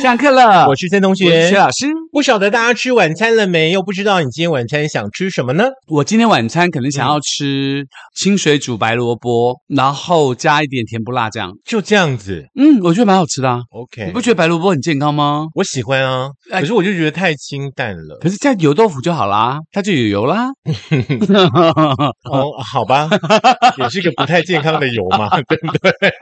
上课了，啊我是森同我是学薛。老师。不晓得大家吃晚餐了没？又不知道你今天晚餐想吃什么呢？我今天晚餐可能想要吃清水煮白萝卜，然后加一点甜不辣酱。就这样子嗯，我觉得蛮好吃的、啊。 ，OK？你不觉得白萝卜很健康吗？我喜欢啊，哎可是我就觉得太清淡了。可是加油豆腐就好啦，它就有油啦。哦，好 吧，也是个不太健康的油 嘛，对不对？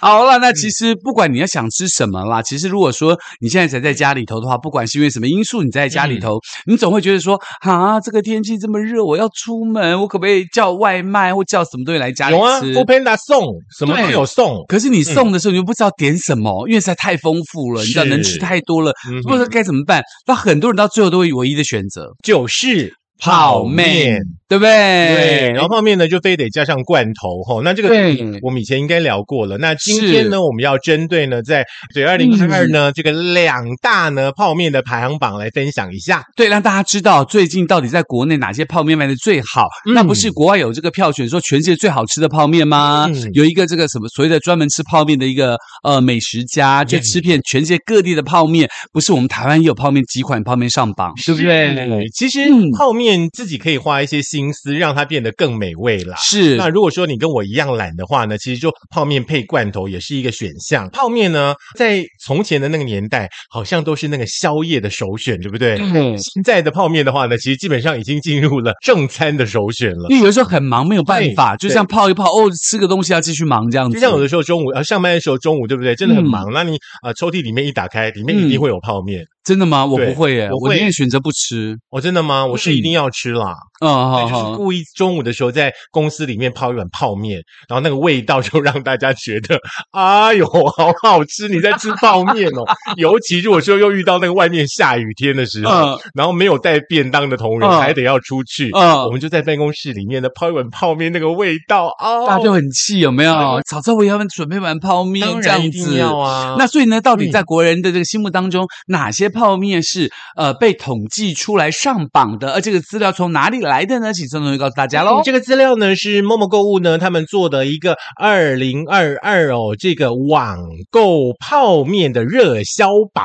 好了，那其实不管你要想吃什么啦，其实如果说你现在才在家里头的话，不管是因为什么因素你在家里头，你总会觉得说啊，这个天气这么热，我要出门，我可不可以叫外卖或叫什么东西来家里有啊吃？ ，Food Panda 送，什么都对有送。可是你送的时候，你就不知道点什么，因为实在太丰富了，你知道嗯是能吃太多了，嗯不知道该怎么办。那很多人到最后都会唯一的选择就是泡面，对不对？对，然后泡面呢就非得加上罐头吼。那这个对我们以前应该聊过了。那今是嗯天呢，我们要针对呢，在对二零二二呢、这个两大呢泡面的排行榜来分享一下。对，让大家知道最近到底在国内哪些泡面卖的最好。嗯那不是国外有这个票选说全世界最好吃的泡面吗？嗯有一个这个什么所谓的专门吃泡面的一个呃美食家，嗯就吃遍全世界各地的泡面。不是我们台湾也有泡面几款泡面上榜，对不对？其实嗯泡面自己可以花一些心思，让它变得更美味啦。是那如果说你跟我一样懒的话呢，其实就泡面配罐头也是一个选项。泡面呢，在从前的那个年代，好像都是那个宵夜的首选，对不对？对现在的泡面的话呢，其实基本上已经进入了正餐的首选了。因为有时候很忙，没有办法，对就像泡一泡哦，吃个东西要继续忙这样子。嗯就像有的时候中午呃上班的时候中午对不对？真的很忙，那你呃抽屉里面一打开，里面一定会有泡面。真的吗？我不会耶，我会我宁愿选择不吃。哦，真的吗？我是一定要吃啦，嗯，好对就是好，故意中午的时候在公司里面泡一碗泡面，然后那个味道就让大家觉得，哎呦，好好吃！你在吃泡面哦，尤其如果说又遇到那个外面下雨天的时候，嗯然后没有带便当的同仁、嗯还得要出去，嗯我们就在办公室里面呢泡一碗泡面，那个味道哦，大家就很气，有没有？早知道我也要准备碗泡面当这然一样定子。要啊，那所以呢，到底在国人的这个心目当中，哪些泡面是呃被统计出来上榜的？而这个资料从哪里来的呢？请郑同学告诉大家喽嗯。这个资料呢是陌陌购物呢他们做的一个二零二二哦这个网购泡面的热销榜，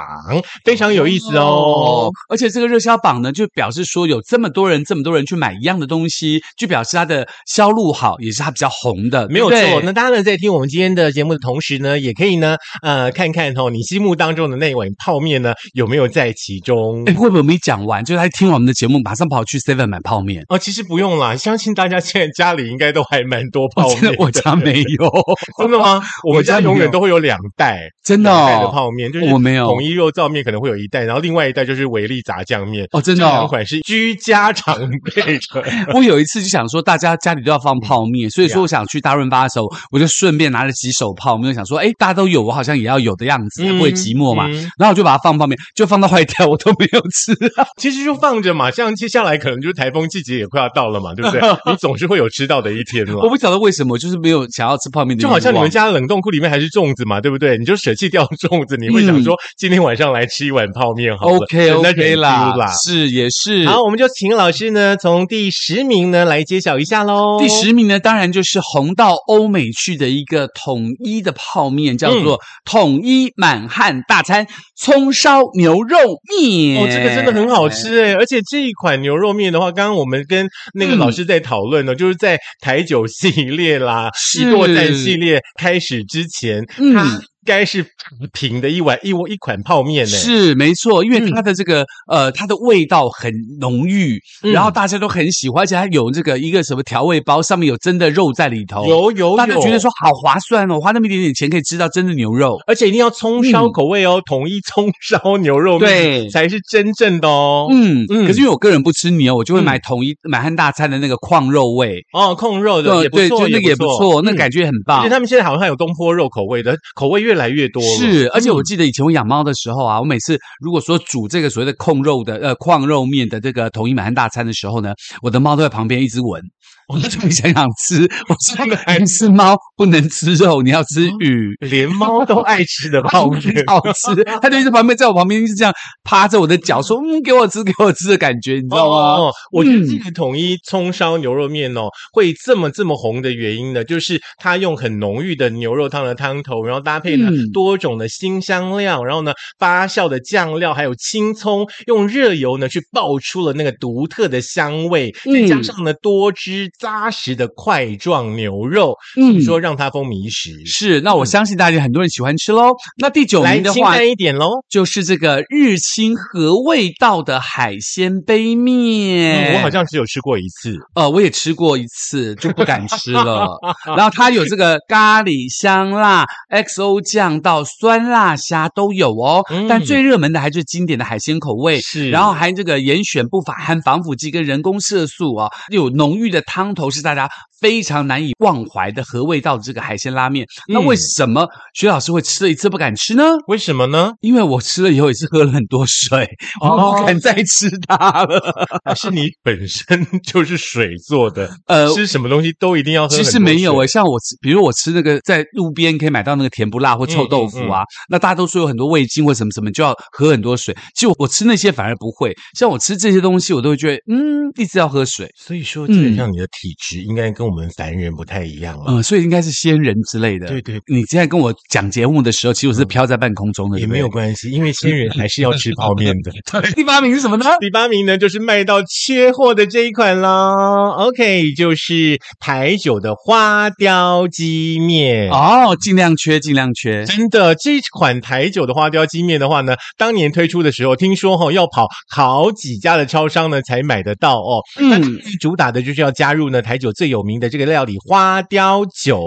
非常有意思哦。，而且这个热销榜呢，就表示说有这么多人，这么多人去买一样的东西，就表示它的销路好，也是它比较红的，没有对不错，对那大家呢在听我们今天的节目的同时呢，也可以呢，呃，看看哦，你心目当中的那碗泡面呢有没有在其中哎，？会不会我没讲完？就是他听完我们的节目，马上跑去 Seven 买泡面。哦，其实不用啦，相信大家现在家里应该都还蛮多泡我面真的的。我家 没有，真的吗？我们家家没永远有都会有两袋，真的两袋的哦，泡面，就是我没有统一肉燥面可能会有一袋，然后另外一袋就是维力炸酱面。哦真这的两哦。款是居家常备 的。我有一次就想说，大家家里都要放泡面，所以说我想去大润发的时候，我就顺便拿了几手泡面，我想说，哎，大家都有，我好像也要有的样子，不会寂寞嘛。嗯然后我就把它放泡面，就放到坏掉，我都没有吃。其实就放着嘛，像接下来可能就是台风季节也快要到了嘛，对 不对？你总是会有吃到的一天我了。不晓得为什么，就是没有想要吃泡面的欲就望。好像你们家的冷冻库里面还是粽子嘛，对不对？你就舍弃掉粽子，你会想说今天晚上来吃一碗泡面好了嗯 OK 省得 OK 忍啦丢啦。是也是。好，我们就请老师呢从第十名呢来揭晓一下喽。第十名呢，当然就是红到欧美去的一个统一的泡面，叫嗯做统一满汉大餐葱烧牛肉面。哦，这个真嗯的很好。吃哎！而且这一款牛肉面的话，刚刚我们跟那个嗯老师在讨论呢，就是在台酒系列啦、是一锅蛋系列开始之前，嗯它应该是平的一碗一一款泡面呢。是没错，因为嗯它的这个、呃，它的味道很浓郁，嗯然后大家都很喜欢，而且它有这个一个什么调味包，上面有真的肉在里头，有有嗯大家有，觉得说好划算哦，花那么一点点钱可以吃到真的牛肉。而且一定要葱烧嗯口味哦，统一葱烧牛肉面对才是真正的哦。嗯，嗯可是因为我个人不吃牛，我就会买统一满汉大餐的那个矿肉味，呃哦，控肉的也不对，就错，那个也不错，那嗯感觉很而棒且。他们现在好像还有东坡肉口味的，口味越来越多了。是，而且我嗯记得以前我养猫的时候啊，我每次如果说煮这个所谓的控肉的呃矿肉面的这个统一满汉大餐的时候呢，我的猫都在旁边一直闻，我哦就特别想想 吃。我说真的还能吃猫不能吃肉，你要吃嗯鱼。，连猫都爱吃的泡面 好 吃，他就一直旁边在我旁边一直这样趴着我的脚说：“嗯，给我吃，给我吃的感觉，你知道吗？”嗯哦，我觉得这个统一葱烧牛肉面哦，会这么这么红的原因呢，就是它用很浓郁的牛肉汤的汤头，然后搭配呢嗯多种的新香料，然后呢发酵的酱料，还有青葱，用热油呢去爆出了那个独特的香味，再加嗯上呢多汁扎实的块状牛肉，嗯所以说让它风靡一时。是，那我相信大家很多人喜欢吃喽。那第九嗯来名的清话，淡一点喽。就是这个日清和味道的海鲜杯面、嗯我好像只有吃过一次，呃，我也吃过一次，就不敢吃了。 然后它有这个咖喱香辣、XO 酱到酸辣虾都有哦，嗯但最热门的还是经典的海鲜口味。是然后还这个严选不法含防腐剂跟人工色素哦，有浓郁的汤头是大家非常难以忘怀的和味道的这个海鲜拉面。那嗯为什么徐老师会吃了一次不敢吃呢？为什么 呢？因为我吃了以后也是喝了很多水， 哦我不敢再吃它了。还啊是你本身就是水做的，呃吃什么东西都一定哦要喝很其多水。实没有欸诶、像我吃，比如我吃那个在路边可以买到那个甜不辣或嗯臭豆腐啊，那大家都说有很多味精或什么什么，就要喝很多水。其实我我吃那些反而不会，像我吃这些东西，我都会觉得嗯，一直要喝水，所以说，嗯基本上你的体质应该跟我们凡人不太一样了，嗯、所以应该是仙人之类的。对对你现在跟我讲节目的时候，其实我是飘在半空中的，也对不没对 有。关系，因为仙人还是要吃泡面的。第八名是什么呢？第八名呢，就是卖到缺货的这一款啦。OK，就是台酒的花雕鸡面。哦，尽量缺，尽量缺。真的，这款台酒的花雕鸡面的话呢，当年推出的时候，听说哈、要跑好几家的超商呢才买得到哦。嗯那它主打的就是要加入呢台酒最有名的这个料理花雕酒，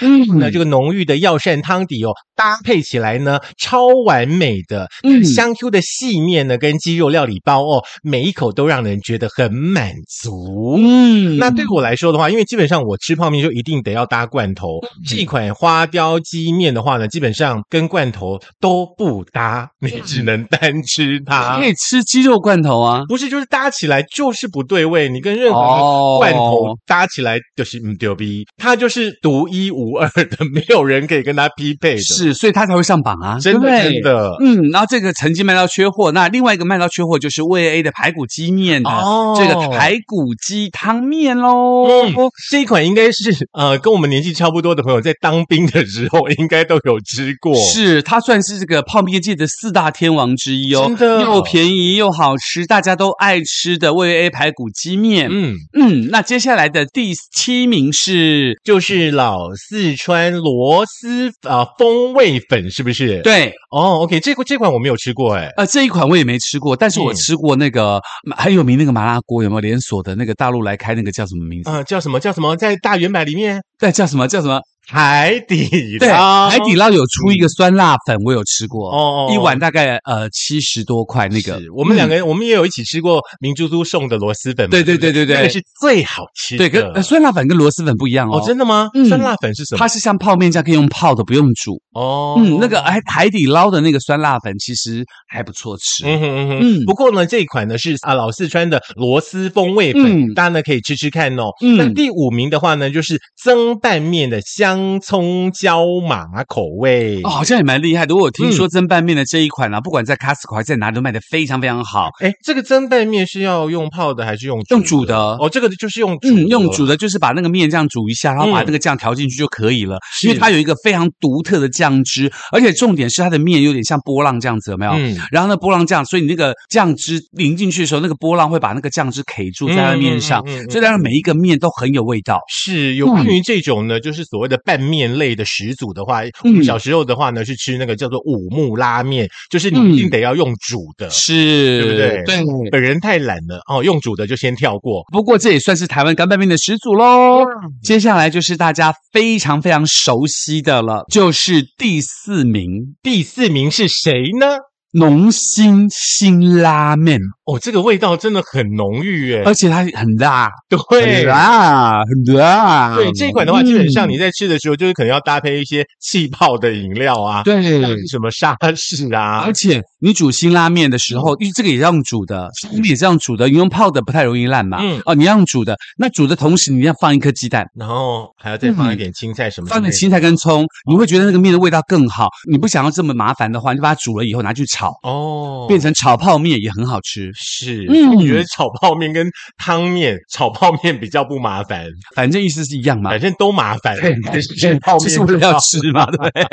嗯那这个浓郁的药膳汤底哦，搭配起来呢超完美的，嗯香 Q 的细面呢跟鸡肉料理包哦，每一口都让人觉得很满足。嗯那对我来说的话，因为基本上我吃泡面就一定得要搭罐头。嗯这款花雕鸡面的话呢，基本上跟罐头都不搭，嗯你 只能单吃它可。以吃鸡肉罐头啊。不是，就是搭起来就是不对味，你跟任何哦的罐头搭起来就是嗯丢逼，它就是独一无二的，没有人可以跟它匹配的。，是，所以它才会上榜啊，真对的不对真的。嗯，然后这个曾经卖到缺货，那另外一个卖到缺货就是味 A 的排骨鸡面的、哦啊这个排骨鸡汤面喽。嗯，这一款应该是呃，跟我们年纪差不多的朋友在当兵的时候应该都有吃过。是，它算是这个泡面界的四大天王之一哦真，的又便宜又好吃，大家都爱吃的味 A 排骨鸡面。嗯嗯，那接下来的第七名是，就是老四川螺蛳啊、风味粉，是不是？，对，哦，OK，这个这款我没有吃过，哎，呃，这一款我也没吃过，但是我嗯吃过那个、很有名那个麻辣锅，有没有连锁的那个大陆来开那个叫什么名字？啊，叫什么叫什么，在大圆百里面对，叫什么叫什么？海底对，捞，海底捞有出一个酸辣粉，我有吃过，哦哦哦一碗大概呃七十多块那个是。我们嗯两个人，我们也有一起吃过明珠珠送的螺蛳粉嘛，对对不对对对那个是最好吃的。对，跟、呃酸辣粉跟螺蛳粉不一样哦，哦，真的吗嗯？酸辣粉是什么它？是像泡面这样可以用泡的，不用煮。哦嗯，那个海海底捞的那个酸辣粉其实还不错吃。嗯哼嗯嗯哼，不过呢，这一款呢是啊老四川的螺蛳风味粉，嗯大家呢可以吃吃看哦。嗯那第五名的话呢，就是蒸拌面的香葱椒麻口味哦，。好像也蛮厉害的。我有听说嗯蒸拌面的这一款啊，不管在 Costco 还是在哪里都卖的非常非常好。哎，这个蒸拌面是要用泡的还是用用煮的哦，这个就是用煮的嗯，用煮的就是把那个面这样煮一下，然后把嗯那个酱调进去就可以了，因为是它有一个非常独特的酱汁，而且重点是它的面有点像波浪这样子，有没有？嗯然后那波浪酱，所以你那个酱汁淋进去的时候，那个波浪会把那个酱汁 K 住在它的面上，嗯嗯嗯嗯所以它的每一个面都很有味道。是嗯有关于这种呢，就是所谓的拌面类的始祖的话，我嗯们小时候的话呢是吃那个叫做五木拉面，就是你嗯一定得要用煮的。是，对不对对。本人太懒了哦，用煮的就先跳过。不过这也算是台湾干拌面的始祖喽。嗯接下来就是大家非常非常熟悉的了，就是第四名，第四名是谁呢？浓心辛拉面，哦，这个味道真的很浓郁耶，而且它很辣，对呃很。辣，很辣。对这一款的话，基本上嗯你在吃的时候，就是可能要搭配一些气泡的饮料啊，对像是。什么沙士啊而，且你煮辛拉面的时候，嗯因为这个也这样煮的，辛拉面也这样煮的，你用泡的不太容易烂嘛。嗯哦，你这样煮的，那煮的同时你要放一颗鸡蛋，然后还要再放一点青菜什么之类放的，点青菜跟葱，你会觉得那个面的味道更好。你不想要这么麻烦的话，你就把它煮了以后拿去炒，哦，变成炒泡面也很好吃。是，嗯我觉得炒泡面跟汤面， 炒泡面比较不麻烦，反正意思是一样嘛反。正都麻烦，但是吃泡就是面为比了要较吃嘛，对不 对？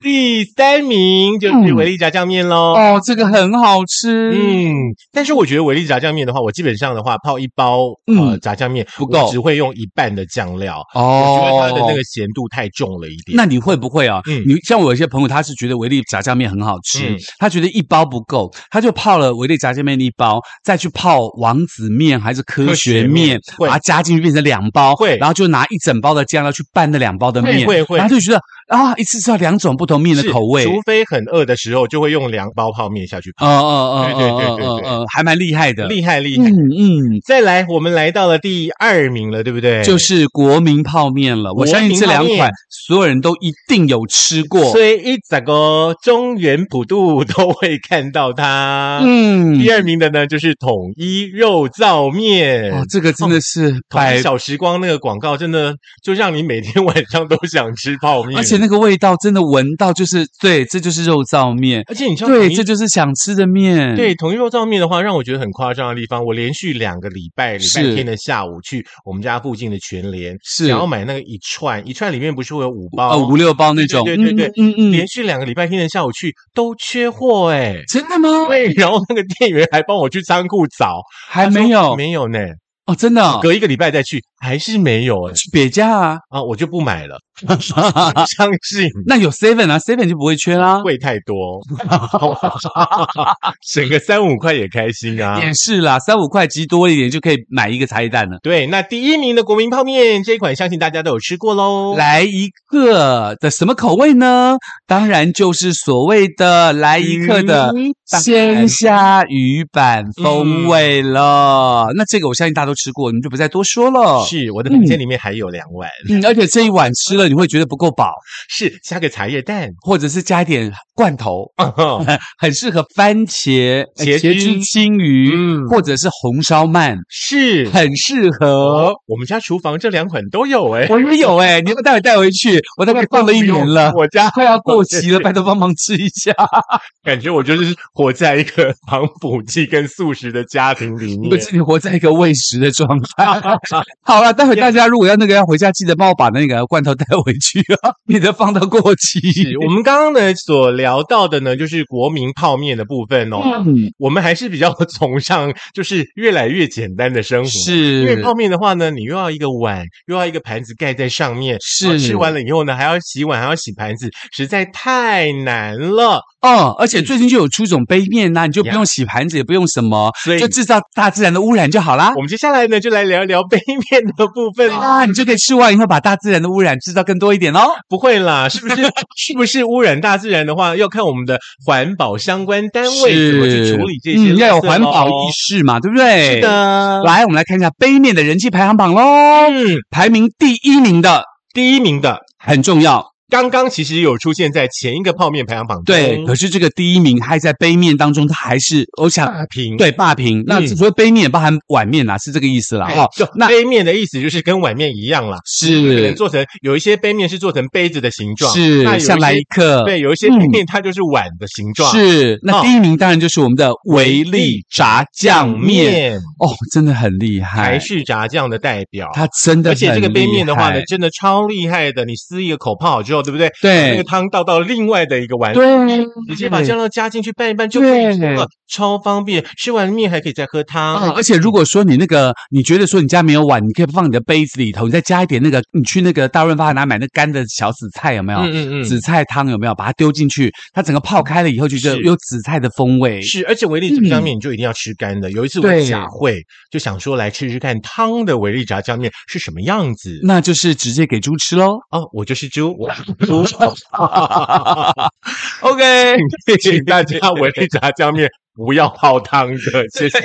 第三名嗯就是维力炸酱面喽。哦，这个很好吃。嗯，但是我觉得维力炸酱面的话，我基本上的话泡一包呃嗯炸酱面不够我只会用一半的酱料，哦，我觉得它的那个咸度太重了一点。那你会不会啊？嗯你像我有些朋友，他是觉得维力炸酱面很好吃，嗯他觉得一包不够，他就泡了维力炸酱面一包，再去泡王子面还是科科学学面面，把会它加进去变成两包，会然后就拿一整包的酱料去拌那两包的面，会会会然后就觉得啊，一次吃到两种不同面的是口味。除非很饿的时候，就会用两包泡面下去哦泡，哦哦对对对哦对哦对哦，还蛮厉害的。厉害厉害。嗯嗯，再来，我们来到了第二名了，对不对？就是国民泡面了。我哎国相信民这泡两面款所有人都一定有吃过。所以一整个中原普渡都会看到它。嗯，呃第二名的呢，就是统一肉燥面。哦，这个真的是统百一嗯小时光那个广告真的就让你每天 晚上都想吃泡面，而且那个味道真的闻到，就是对，这就是肉燥面，而且你知道对，统一这就是想吃的面，对统一肉燥面的话，让我觉得很夸张的地方，我连续两个礼拜礼拜是天的下午去我们家附近的全联，是想要买那个一串，一串里面不是会有五包呃五六包那种，对对对对嗯嗯嗯连续两个礼拜天的下午去都缺货哎、 真的吗？对，然后那个店员还帮我去仓库找，还他说没有没有呢，哦，真的哦隔一个礼拜再去还是没有哎、去别家啊，啊，我就不买 了，相信那有 seven 啊，seven 就不会缺啦， 贵太多，哦 省个三五块也开心 啊。也是啦，三五块鸡多一点就可以买一个茶叶蛋了。对，那第一名的国民泡面这一款，相信大家都有吃过喽。，来一个的什么口味呢？当然就是所谓的来一克的鱼板鲜虾鱼板风味了。那这个我相信大家都吃过，你就不再多说了。是我的房间里面还有两碗，哦嗯，而且这一碗吃了你会觉得不够饱，是加个茶叶蛋，或者是加一点罐头， 很适合番茄、呃茄茄汁汁青鱼，嗯，或者是红烧鳗，是。很适合。哦，我们家厨房这两款都有哎、。我也有哎、你要不要待会带回去？我大概放了一年了我家快要过期了，拜托帮忙吃一下。感觉我就是活在一个防腐剂跟素食的家庭里不面。是你活在一个喂食的状 态。好了，待会大家如果要那个要回家，记得帮我把那个罐头带回去啊， 免得放到过期。是我们刚刚呢所聊到的呢，就是国民泡面的部分哦。嗯，我们还是比较 崇尚就是越来越简单的生活。因为是泡面的话呢，你又要一个碗，又要一个盘子盖在上面，是然后吃完了以后呢，还要洗碗，还要洗盘子，实在太难了。哦，而且最近就有出一种杯面呐、嗯你就不用洗盘子，也不用什么，所以就制造大自然的污染就好啦。我们接下来呢，就来聊一聊杯 面的部分。啊，你就可以吃完以后把大自然的污染制造更多一点哦。不会啦，是不 是？是不是污染大自然的话，要看我们的环保相关单位哎怎么去处理这些、嗯，要有环保意。识嘛，对不对？哦是。的，来，我们来看一下杯面的人气排行榜喽。嗯，排名第一名的第一名的很重要，刚刚其实有出现在前一个泡面排行榜中，对，可是这个第一名还在杯面当中，它还是我想。大屏。对，霸屏。那嗯所谓杯面也包含碗面啦，是这个意思啦。哎哦，就那杯面的意思就是跟碗面一样啦，可能是做成有一些杯面是做成杯子的形状，那有是，一些像来一克，对，有一些杯面它就是碗的形状，是。那哦第一名当然就是我们的维力炸酱面哦，真的很厉害台，式炸酱的代表。它真的而且这个很杯厉面的话呢害，真的超厉害的，你撕一个口泡之后，对不对？把那对个汤倒到另外的一个碗里，对，直接把酱料加进去拌一拌就可以吃对了，超方便。吃完面还可以再喝啊，汤，而且如果说你那个，你觉得说你家没有碗，你可以放你的杯子里头，你再加一点那个，你去那个大润发拿买那干的小紫菜有没有？嗯嗯紫菜汤有没有？把它丢进去，它整个泡开了以后，就觉得是有紫菜的风味。是，而且维力炸酱面你就一定要吃干的。有一次我嗯对假会就想说来吃吃看汤的维力炸酱面是什么样子那就是直接给猪吃喽。 哦，我就是猪，我是猪。 OK，请大家维力炸酱面不要泡汤的，谢谢。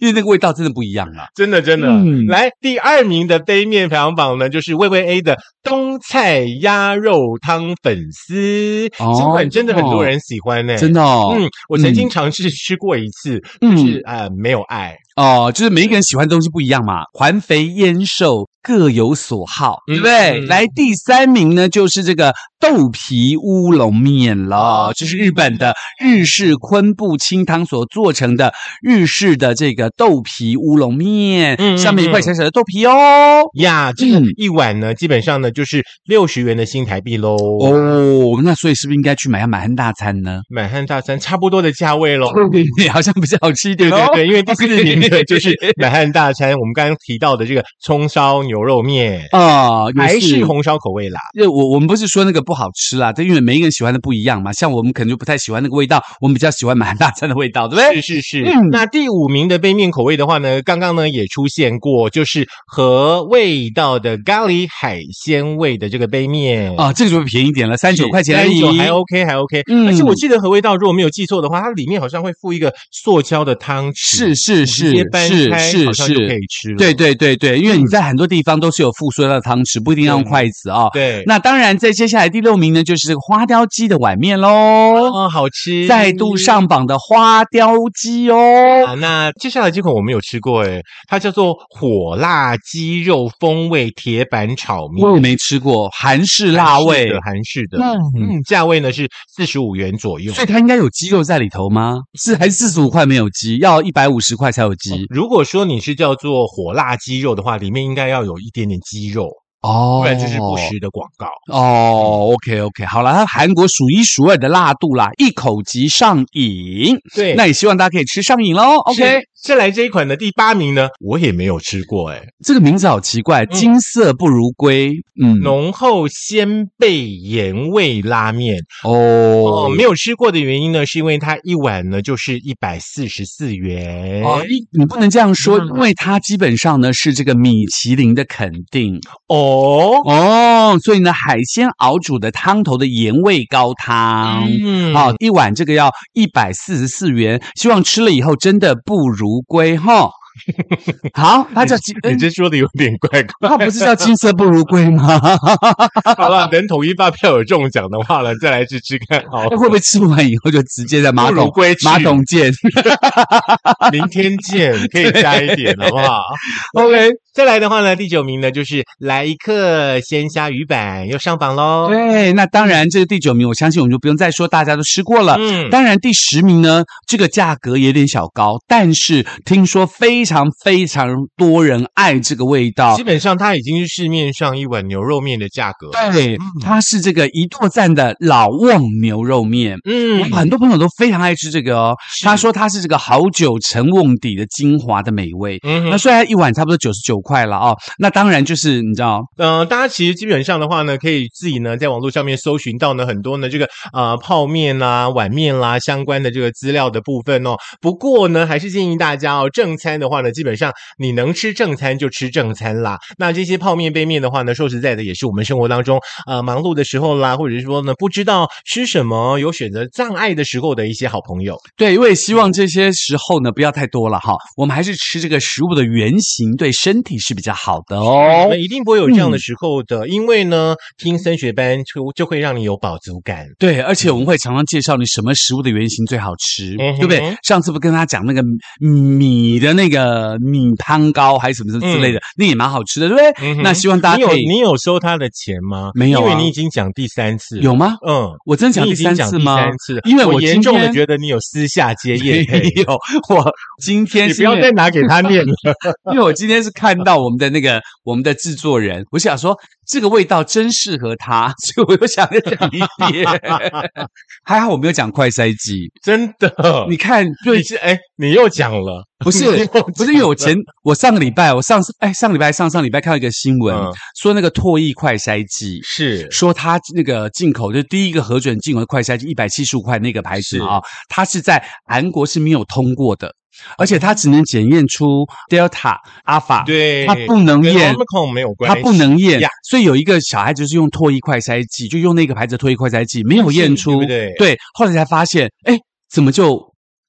因为那个味道真的不一样啊啦。真的真的。嗯来，第二名的杯面排行榜呢，就是魏魏 A 的冬菜鸭肉汤粉丝，哦这款真的很多人喜欢呢、真的哦，嗯，我曾经尝试吃过一次，嗯就是呃没有爱，哦，就是每一个人喜欢的东西不一样嘛，环肥燕瘦各有所好，嗯对不对？嗯来第三名呢，就是这个豆皮乌龙面哦了，这、是日本的日式昆布清汤所做成的日式的这个豆皮乌龙面，嗯嗯上面一块小小的豆皮哦。呀，这个嗯一碗呢，基本上呢就是六十元的新台币喽。哦，哦，那所以是不是应该去买下满汉大餐 呢？满汉大餐差不多的价位哦喽。好像比较好吃一 点对对哦。 对，因为第四名的就是满汉大餐，我们刚刚提到的这个葱烧牛肉面，啊，也哦还是红烧口味啦。呃，我我们不是说那个不好吃啦，但因为每一个人喜欢的不一样嘛，像我们可能就不太喜欢那个味道，我们比较喜欢满汉大餐的味道，对不对？是是是，嗯那第五名的杯面口味的话呢，刚刚呢也出现过，就是和味道的咖喱海鲜味的这个杯面啊、这个就会便宜一点了，三九块钱而三已，九还 OK 还 OK，、嗯而且我记得和味道如果没有记错的话，它里面好像会附一个塑胶的汤匙，是是直是接掰是开好是像就可是，以吃了，嗯对对对对，因为你在很多地方都是有附塑料的汤匙，不一定要用对筷子啊、对，那当然，在接下来第六名呢，就是这个花雕鸡的碗面喽，哦好吃，再度上榜的花雕鸡哦。啊，那接下来这款我没有吃过诶，它叫做火辣鸡肉风味铁板炒面，我也没吃过韩式辣韩式味的，韩式的，嗯，嗯，价位呢是四十五元左右所。以它应该有鸡肉在里头吗？是还是四十五块没有鸡，要一百五十块才有鸡？如果说你是叫做火辣鸡肉的话，里面应该要有一点点鸡肉，哦，不然就是不实的广告。哦，OK OK，好了，它韩国数一数二的辣度啦，一口即上瘾。对那也希望大家可以吃上瘾喽。OK，是再来这一款的第八名呢，我也没有吃过哎，这个名字好奇怪，金色不如归。嗯，浓厚鲜贝盐味拉面哦，哦，没有吃过的原因呢，是因为它一碗呢就是一百四十四元哦，你你不能这样说，嗯因为它基本上呢是这个米其林的肯定哦，哦，所以呢海鲜熬煮的汤头的盐味高汤。嗯好、一碗这个要一百四十四元，希望吃了以后真的不如归哈。好，它叫金， 你嗯这说的有点怪 怪。它不是叫金色不如归吗？ 好了，等统一发票有中奖的话呢，再来吃吃看。好，会不会吃完以后就直接在马不如桶归去马桶见明天 见，可以加一点，好不好？ ？OK，再来的话呢，第九名呢就是来一克鲜虾鱼板又上榜喽。对，那当然这个第九名，我相信我们就不用再说，大家都吃过了。嗯，当然，第十名呢，这个价格有点小高，但是听说非常非常多人爱这个味道基，本上它已经是市面上一碗牛肉面的价格。对嗯，它是这个一舵站的老旺牛肉面。嗯，很多朋友都非常爱吃这个哦，他说它是这个好酒陈瓮底的精华的美味。嗯那哼，虽然一碗差不多九十九块了哦，那当然就是你知道，呃，大家其实基本上的话呢，可以自己呢在网络上面搜寻到呢很多呢这个呃泡面啦、碗面啦相关的这个资料的部分哦。不过呢，还是建议大家哦，正餐的话呢，基本上你能吃正餐就吃正餐啦。那这些泡面、杯面的话呢，说实在的，也是我们生活当中呃忙碌的时候啦，或者是说呢不知道吃什么、有选择障碍的时候的一些好朋友。对，因为希望这些时候呢不要太多了哈，我们还是吃这个食物的原型，对身体是比较好的我哦。们一定不会有这样的时候的，因为呢，听升学班就就会让你有饱足感。对，而且我们会常常介绍你什么食物的原型最好吃，嗯哼对不对？上次不跟他讲那个米米的那个米汤糕还是什么什么之类的，那也蛮好吃的，对不对？嗯嗯哼那希望大家你有可以你有收他的钱吗？没有啊因为你已经讲第三次。有，吗？嗯，我真的讲你第已经三讲次第吗？三次，因为我我严今重的天觉得你有私下 接业配没，有，我今天你是不要因为再拿给他念了。 因为我今天是看到我们的那个我们的制作人，我想说这个味道真适合他， 所以我又想再讲一遍。 还好我没有讲快筛剂，真的，你看，你对，是哎，你又讲了，不是 你又不是因为我前我上个礼拜，我上次哎上礼拜上上礼拜看到一个新闻，嗯说那个唾液快筛剂。是说它那个进口就是第一个核准进口的快筛剂一百七十五块那个牌子是啊，它是在韩国是没有通过的，而且它只能检验出 Delta、阿法，对，它不能跟验 Omicron 没有关它系，不能验呀，所以有一个小孩就是用唾液快筛剂，就用那个牌子的唾液快筛剂，没有验出，对不对后来才发现，哎，怎么就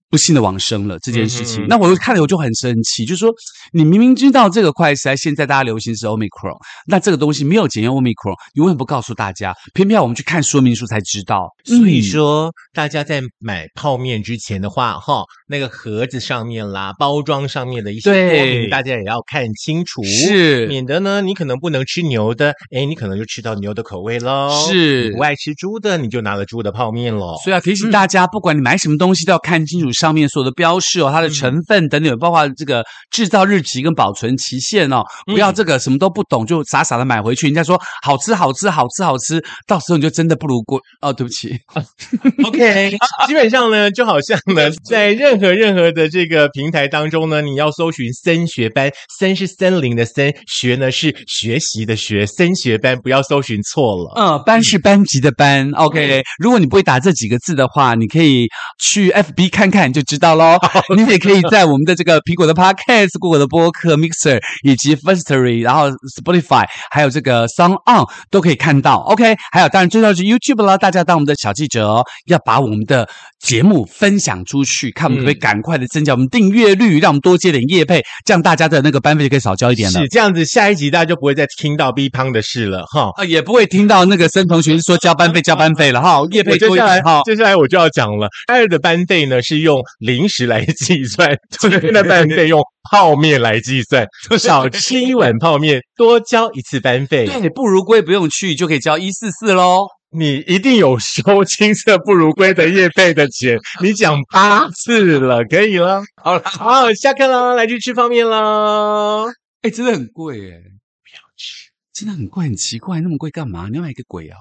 不幸的往生了这件事情？嗯哼那我就看了我就很生气，就说你明明知道这个快筛现在大家流行是 omicron，那这个东西没有检验 omicron，你为什么不告诉大家？偏偏要我们去看说明书才知道。所以嗯说，大家在买泡面之前的话，哈，那个盒子上面啦、包装上面的一些说对明，大家也要看清楚，是免得呢，你可能不能吃牛的，哎，你可能就吃到牛的口味喽；是你不爱吃猪的，你就拿了猪的泡面喽。 所以要提醒大家，不管你买什么东西，都要看清楚上面所有的标示哦，它的成分等等，包括这个制造日期跟保存期限哦，不要这个什么都不懂就傻傻的买回去。人家说好吃好吃好吃好吃，到时候你就真的不如过哦，对不起， OK，基 本上呢，就好像 呢，在任何任何的这个平台当中呢，你要搜寻森学班，森是森林的森，学呢是学习的学，森学班不要搜寻错了。嗯，班是班级的班，OK。如果你不会打这几个字的话，你可以去 FB 看看就知道喽。你也可以在我们的这个苹果的 Podcast、Google 的播客 Mixer 以及 Firstory，然后 Spotify，还有这个 Sound On 都可以看到，OK。还有，当然最重要是 YouTube 啦，大家当我们的小记者哦，要把我们的节目分享出去，看我们可不可以赶快的增加我们订阅率，让我们多接点业配，这样大家的那个班费就可以少交一点了。是这样子，下一集大家就不会再听到 B 胖的事了哈。啊，也不会听到那个森同学说交班费交班费了哈，叶我佩接多一下来点哈，。接下来我就要讲了。二的班费呢是用零食来计 算，昨天的班费用泡面来计算，少吃一碗泡面，多交一次班费。对，不如归不用去，就可以交一四四喽。你一定有收青涩不如归的业费的 钱，你讲八次了，可以了。好了，好，下课啦，来去吃泡面啦。哎，真的很贵哎，不要去，真的很贵，很奇怪，那么贵干嘛？你要买个鬼啊？